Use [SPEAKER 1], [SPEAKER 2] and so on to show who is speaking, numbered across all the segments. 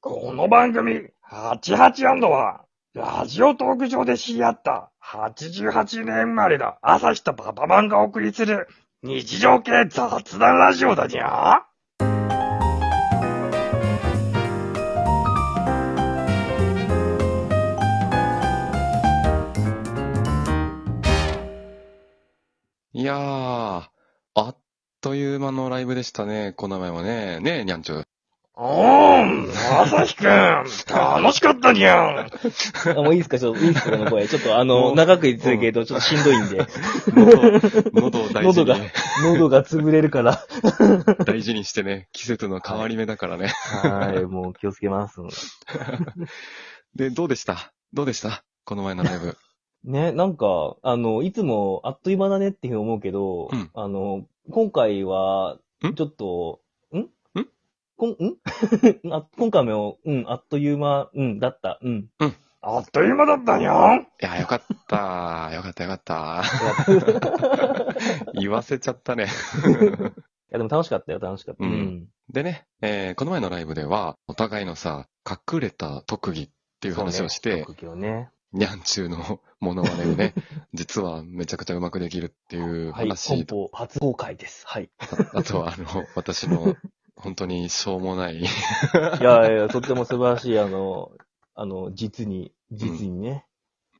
[SPEAKER 1] この番組、88& は、ラジオトーク上で知り合った、88年生まれの朝日とパパマンがお送りする、日常系雑談ラジオだにゃー
[SPEAKER 2] いやー、あっという間のライブでしたね、この前はね。ねえ、にゃん ちゅう。
[SPEAKER 1] おーん、朝日くん、楽しかったにゃん。
[SPEAKER 3] あもういいですかちょっと、いいですかこの声。ちょっとあ
[SPEAKER 2] も
[SPEAKER 3] の、
[SPEAKER 2] う
[SPEAKER 3] 長く続けるとちょっとしんどいんで。
[SPEAKER 2] 喉、喉を大事
[SPEAKER 3] 喉
[SPEAKER 2] に
[SPEAKER 3] が
[SPEAKER 2] ね、
[SPEAKER 3] 喉が潰れるから。
[SPEAKER 2] 大事にしてね、季節の変わり目だからね。
[SPEAKER 3] はい、もう気をつけます。
[SPEAKER 2] で、どうでしたどうでしたこの前のライ ブ。
[SPEAKER 3] ね、なんか、あの、いつもあっという間だねっていうふうに思うけど、
[SPEAKER 2] うん
[SPEAKER 3] あの、今回は
[SPEAKER 2] ん、
[SPEAKER 3] ちょっと、んん
[SPEAKER 2] ん
[SPEAKER 3] こん、ん あ今回も、うん、あっという間、うん、だった、うん。
[SPEAKER 1] あっという間だったにゃん。
[SPEAKER 2] いや、よかった。よかった、よかっ た。言わせちゃったね。
[SPEAKER 3] いや、でも楽しかったよ、楽しかった。
[SPEAKER 2] うんでね、えーこの前のライブでは、お互いのさ、隠れた特技っていう話をして、
[SPEAKER 3] 特技をね。
[SPEAKER 2] にゃんちゅうのモノマネを ね、実はめちゃくちゃうまくできるっていう
[SPEAKER 3] はい、
[SPEAKER 2] 話
[SPEAKER 3] 本
[SPEAKER 2] と、
[SPEAKER 3] 邦初公開です。はい。
[SPEAKER 2] あとはあの、私の、本当にしょうもない
[SPEAKER 3] いやいや、とっても素晴らしい、あの、あの、実に、実にね。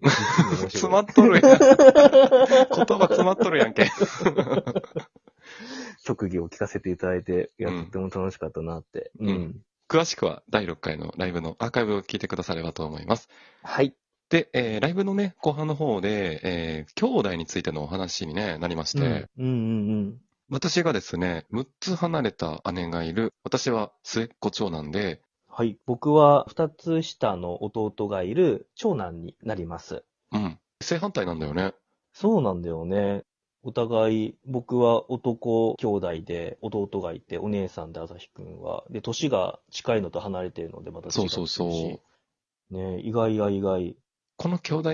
[SPEAKER 3] 実に面白い
[SPEAKER 2] 詰まっとる やん。言葉詰まっとるやんけ。
[SPEAKER 3] 特技を聞かせていただいて、いや、
[SPEAKER 2] うん
[SPEAKER 3] とっても楽しかったなって。
[SPEAKER 2] ん詳しくは第6回のライブのアーカイブを聞いてくださればと思います。
[SPEAKER 3] はい。
[SPEAKER 2] で、えーライブのね、後半の方で、えー兄弟についてのお話に、ね、なりまして、
[SPEAKER 3] うんうんうん。
[SPEAKER 2] 私がですね、6つ離れた姉がいる、私は末っ子長男で、
[SPEAKER 3] はい。僕は二つ下の弟がいる長男になります。
[SPEAKER 2] うん、正反対なんだよね。
[SPEAKER 3] そうなんだよね。お互い、僕は男兄弟で、弟がいて、お姉さんで朝日くんは、で、年が近いのと離れてるので、また違って
[SPEAKER 2] そ
[SPEAKER 3] る
[SPEAKER 2] う
[SPEAKER 3] し
[SPEAKER 2] そうそう。
[SPEAKER 3] ね意外や意外。
[SPEAKER 2] この兄弟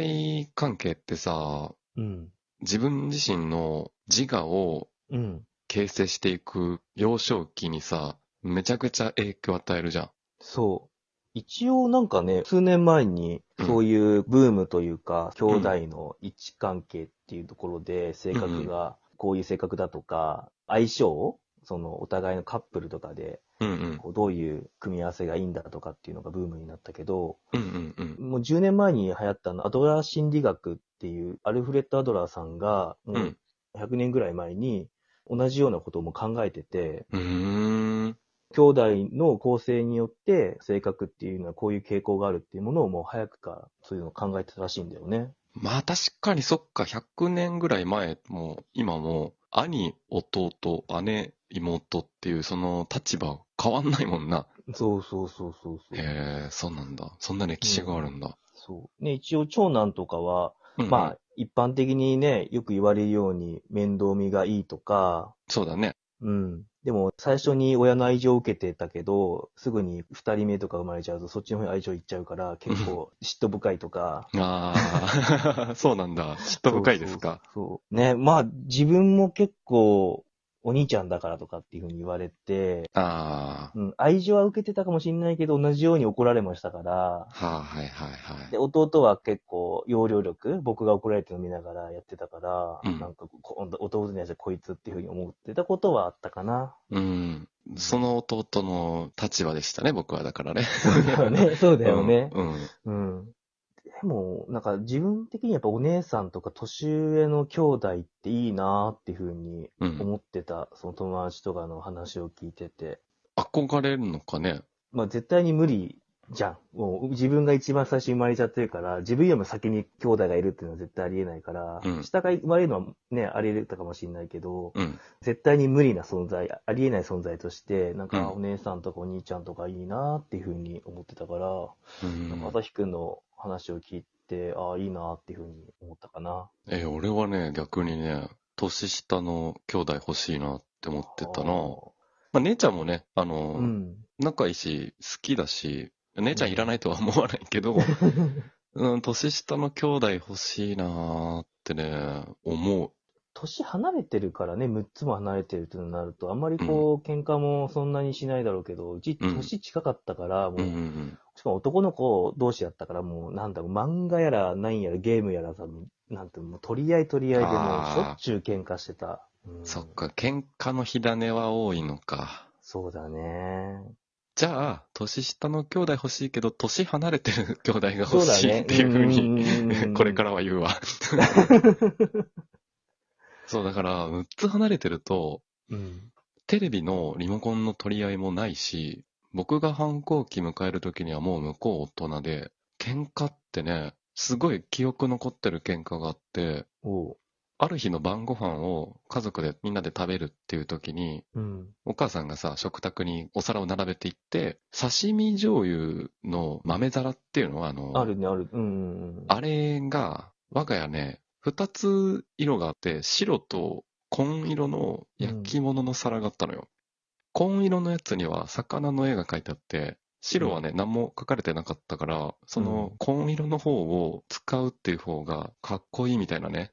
[SPEAKER 2] 関係ってさ、
[SPEAKER 3] うん。
[SPEAKER 2] 自分自身の自我を
[SPEAKER 3] うん。
[SPEAKER 2] 形成していく幼少期にさ、めちゃくちゃ影響を与えるじゃん。
[SPEAKER 3] そう。一応なんかね、数年前に
[SPEAKER 2] うん、
[SPEAKER 3] そういうブームというか、兄弟の位置関係っていうところで、性格が、こういう性格だとか、相性その、お互いのカップルとかで、
[SPEAKER 2] うんうん。
[SPEAKER 3] こうどういう組み合わせがいいんだとかっていうのがブームになったけど、
[SPEAKER 2] うんうんうん。
[SPEAKER 3] もう10年前に流行ったあの、アドラー心理学っていう、アルフレッド・アドラーさんが、
[SPEAKER 2] う
[SPEAKER 3] も
[SPEAKER 2] ん
[SPEAKER 3] う100年ぐらい前に、同じようなことも考えてて、
[SPEAKER 2] うーん。
[SPEAKER 3] 兄弟の構成によって性格っていうのはこういう傾向があるっていうものをもう早くからそういうのを考えてたらしいんだよね。
[SPEAKER 2] まあ確かにそっか、100年ぐらい前も、今も、兄、弟、姉、妹っていうその立場変わんないもんな。
[SPEAKER 3] そうそうそうそうそう。
[SPEAKER 2] へえ、そうなんだ。そんな歴史があるんだ。
[SPEAKER 3] そう。ね、一応長男とかは、
[SPEAKER 2] うんうん
[SPEAKER 3] まあ、一般的にね、よく言われるように面倒見がいいとか、
[SPEAKER 2] そうだね。
[SPEAKER 3] うん。でも最初に親の愛情を受けてたけど、すぐに二人目とか生まれちゃうとそっちの方に愛情いっちゃうから、結 構嫉妬深いとか、
[SPEAKER 2] あ あ、そうなんだ。嫉妬深いですか。
[SPEAKER 3] そうそうそうね、まあ自分も結構お兄ちゃんだからとかっていうふうに言われて、
[SPEAKER 2] あ
[SPEAKER 3] うん、愛情は受けてたかもしれないけど、同じように怒られましたから
[SPEAKER 2] あ、、はあ、はいはいはい
[SPEAKER 3] で、。弟は結構、要領力、僕が怒られてるの見ながらやってたから、
[SPEAKER 2] うん
[SPEAKER 3] なんかこ、弟に対してこいつっていうふうに思ってたことはあったか な。
[SPEAKER 2] うん。その弟の立場でしたね、僕はだからね。
[SPEAKER 3] そうだ よね。そうだよね。
[SPEAKER 2] うん。うん
[SPEAKER 3] うん。でも、なんか自分的にやっぱお姉さんとか年上の兄弟っていいなーっていうふうに
[SPEAKER 2] うん。
[SPEAKER 3] 思ってた、その友達とかの話を聞いてて。
[SPEAKER 2] 憧れるのかね。
[SPEAKER 3] まあ絶対に無理じゃん。もう自分が一番最初に生まれちゃってるから、自分よりも先に兄弟がいるっていうのは絶対ありえないから、
[SPEAKER 2] うん
[SPEAKER 3] 下が生まれるのはね、あり得たかもしれないけど、
[SPEAKER 2] うん。
[SPEAKER 3] 絶対に無理な存在、ありえない存在として、
[SPEAKER 2] う
[SPEAKER 3] なん
[SPEAKER 2] ん
[SPEAKER 3] かお姉さんとかお兄ちゃんとかいいなっていうふうに思ってたから、
[SPEAKER 2] うん
[SPEAKER 3] なんか朝日くんの話を聞いて、ああ、いいなっていうふうに思ったかな。
[SPEAKER 2] えー、俺はね、逆にね、年下の兄弟欲しいなって思ってたな。まあ、姉ちゃんもね、あの、
[SPEAKER 3] うん。
[SPEAKER 2] 仲いいし、好きだし、姉ちゃんいらないとは思わない けど、うん、年下の兄弟欲しいなーってね、思う。
[SPEAKER 3] 年離れてるからね、6つも離れてるとなると、あんまりこう、喧嘩もそんなにしないだろうけど、うち
[SPEAKER 2] うん
[SPEAKER 3] 年近かったから、も
[SPEAKER 2] うんうんう
[SPEAKER 3] う、
[SPEAKER 2] ん。
[SPEAKER 3] しかも男の子同士だったから、もう、なんだろう、漫画やら、何やら、ゲームやらさ、なんて、もう取り合い取り合いで、もう
[SPEAKER 2] あー
[SPEAKER 3] しょっちゅう喧嘩してた。うん
[SPEAKER 2] そっか、喧嘩の火種は多いのか。
[SPEAKER 3] そうだね。
[SPEAKER 2] じゃあ、年下の兄弟欲しいけど、年離れてる兄弟が
[SPEAKER 3] そ
[SPEAKER 2] 欲
[SPEAKER 3] うだ
[SPEAKER 2] しい
[SPEAKER 3] ね。
[SPEAKER 2] っていうふうに、
[SPEAKER 3] に
[SPEAKER 2] これからは言うわ。そう、だから、6つ離れてると、
[SPEAKER 3] うん。
[SPEAKER 2] テレビのリモコンの取り合いもないし、僕が反抗期迎える時にはもう向こう大人で、喧嘩ってね、すごい記憶残ってる喧嘩があって、
[SPEAKER 3] おう。
[SPEAKER 2] ある日の晩ご飯を家族でみんなで食べるっていう時に、
[SPEAKER 3] うん。
[SPEAKER 2] お母さんがさ、食卓にお皿を並べていって、刺身醤油の豆皿っていうのは、あの、
[SPEAKER 3] あるね、ある。うんうんうん。
[SPEAKER 2] あれが、我が家ね、二つ色があって、白と紺色の焼き物の皿があったのよ。紺色のやつには魚の絵が描いてあって、白はね、何も描かれてなかったから、その
[SPEAKER 3] うん
[SPEAKER 2] 紺色の方を使うっていう方がかっこいいみたいな ね。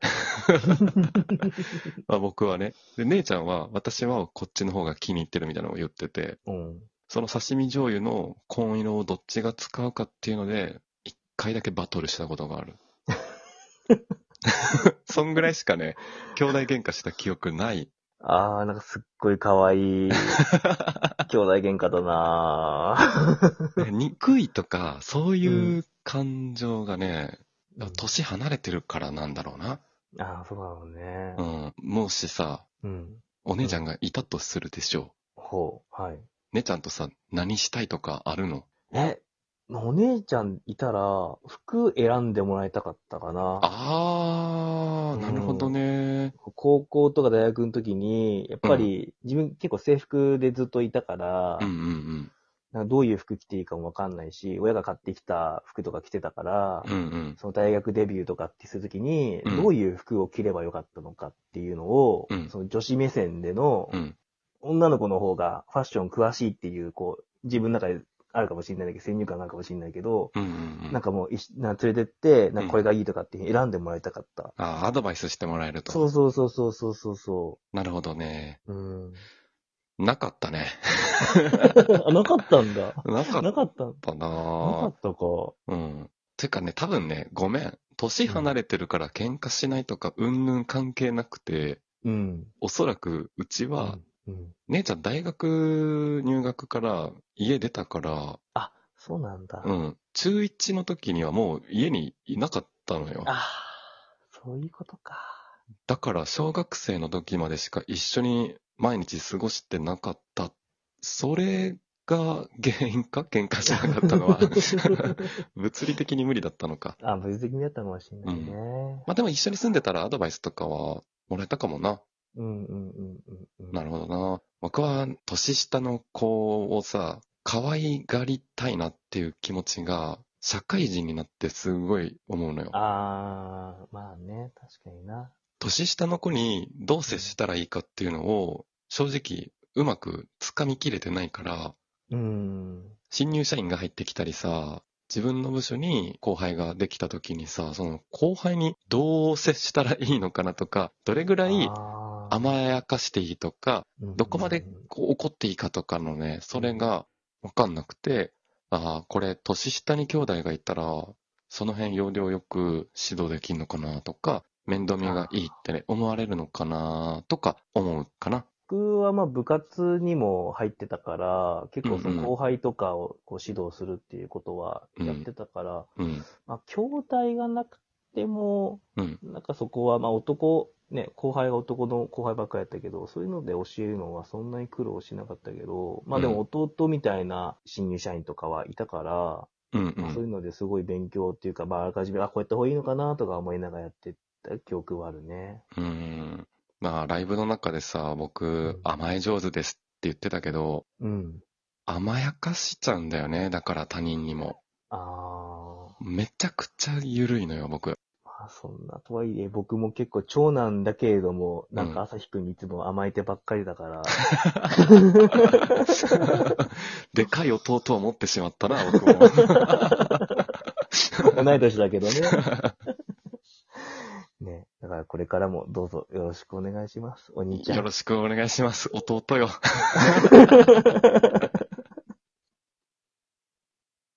[SPEAKER 2] まあ僕はね。で、姉ちゃんは、私はこっちの方が気に入ってるみたいなのを言ってて、
[SPEAKER 3] うん。
[SPEAKER 2] その刺身醤油の紺色をどっちが使うかっていうので、一回だけバトルしたことがある。そんぐらいしかね、兄弟喧嘩した記憶ない。
[SPEAKER 3] あー、なんかすっごい可 愛い。兄弟喧嘩だな
[SPEAKER 2] 憎いとか、そういう感情がね、年離れてるからなんだろうな。
[SPEAKER 3] ああー、そうだろうね
[SPEAKER 2] う。ん。もしさ、
[SPEAKER 3] うん。
[SPEAKER 2] お姉ちゃんがいたとするでしょ
[SPEAKER 3] ほう。はい。
[SPEAKER 2] う。姉ちゃんとさ、何したいとかあるの
[SPEAKER 3] え、お姉ちゃんいたら、服選んでもらいたかったかな。
[SPEAKER 2] あー、なるほどね。
[SPEAKER 3] 高校とか大学の時に、やっぱり自分結構制服でずっといたから、
[SPEAKER 2] うんうん
[SPEAKER 3] なんかどういう服着ていいかもわかんないし、親が買ってきた服とか着てたから、
[SPEAKER 2] うん。うんうん。
[SPEAKER 3] その大学デビューとかってするときに、
[SPEAKER 2] うん
[SPEAKER 3] どういう服を着ればよかったのかっていうのを、
[SPEAKER 2] うん
[SPEAKER 3] その女子目線での、
[SPEAKER 2] うん。
[SPEAKER 3] 女の子の方がファッション詳しいっていう、こう、自分の中であるかもしれないけど、先入観があるかもしれないけど、
[SPEAKER 2] うんうんうん
[SPEAKER 3] なんかもう一緒、なんか連れてって、なんかこれがいいとかって選んでもらいたかった。
[SPEAKER 2] ああ、アドバイスしてもらえると。
[SPEAKER 3] そうそうそうそうそうそうそ
[SPEAKER 2] なるほどね。
[SPEAKER 3] う。うん。
[SPEAKER 2] なかった ね。
[SPEAKER 3] あなかったんだ。
[SPEAKER 2] なか
[SPEAKER 3] な
[SPEAKER 2] っ
[SPEAKER 3] かった。な
[SPEAKER 2] た
[SPEAKER 3] か
[SPEAKER 2] なぁ
[SPEAKER 3] ったか。
[SPEAKER 2] うん。てかね、多分ね、ごめん。年離れてるから喧嘩しないとか、うんぬん関係なくて、
[SPEAKER 3] うん。
[SPEAKER 2] おそらくうちは、
[SPEAKER 3] うん、うん。
[SPEAKER 2] 姉ちゃん大学入学から家出たから、
[SPEAKER 3] あ、そうなんだ。
[SPEAKER 2] うん。中1の時にはもう家にいなかったのよ。
[SPEAKER 3] あーそういうことか。
[SPEAKER 2] だから小学生の時までしか一緒に毎日過ごしてなかった。それが原因か喧嘩しなかったのは。物理的に無理だったのか。
[SPEAKER 3] あ、物理的にやったかもしれないね。
[SPEAKER 2] まあでも一緒に住んでたらアドバイスとかはもらえたかもな。
[SPEAKER 3] うんうんうんうんうん。
[SPEAKER 2] なるほどな。僕は年下の子をさ、可愛がりたいなっていう気持ちが、社会人になってすごい思うのよ。
[SPEAKER 3] あー、まあね、確かにな。
[SPEAKER 2] 年下の子にどう接したらいいかっていうのを、正直うまくつかみきれてないから、
[SPEAKER 3] うん。
[SPEAKER 2] 新入社員が入ってきたりさ、自分の部署に後輩ができた時にさ、その後輩にどう接したらいいのかなとか、どれぐらい
[SPEAKER 3] あー、
[SPEAKER 2] 甘やかしていいとか、どこまで
[SPEAKER 3] うんうんうん
[SPEAKER 2] こう怒っていいかとかのね、それがわかんなくて、ああ、これ年下に兄弟がいたら、その辺要領よく指導できんのかなとか、面倒見がいいってね、思われるのかなとか思うかな。
[SPEAKER 3] 僕はまあ部活にも入ってたから、結構そ
[SPEAKER 2] うんう
[SPEAKER 3] の
[SPEAKER 2] ん
[SPEAKER 3] 後輩とかをこう指導するっていうことはやってたから、
[SPEAKER 2] うん。
[SPEAKER 3] まあ兄弟がなくても、
[SPEAKER 2] うん。
[SPEAKER 3] なんかそこはまあ男、ね、後輩が男の後輩ばっかりやったけど、そういうので教えるのはそんなに苦労しなかったけど、まあでも弟みたいな新入社員とかはいたから、
[SPEAKER 2] うんう
[SPEAKER 3] まあそうい
[SPEAKER 2] ん。
[SPEAKER 3] うのですごい勉強っていうか、まああらかじめ、あ、こうやった方がいいのかなとか思いながらやってた記憶はあるね。
[SPEAKER 2] うん。まあ、ライブの中でさ、僕、甘え上手ですって言ってたけど、
[SPEAKER 3] うん。
[SPEAKER 2] 甘やかしちゃうんだよね。だから他人にも。
[SPEAKER 3] あー。
[SPEAKER 2] めちゃくちゃ緩いのよ、僕。
[SPEAKER 3] まあそんなとはいえ、僕も結構長男だけれども、なんか朝日くんにいつも甘えてばっかりだから、
[SPEAKER 2] でかい弟を持ってしまったな、僕も。
[SPEAKER 3] 同い年だけどね。ね。だからここれからもどうぞよろしくお願いします。お兄ちゃん。
[SPEAKER 2] よろしくお願いします。弟よ。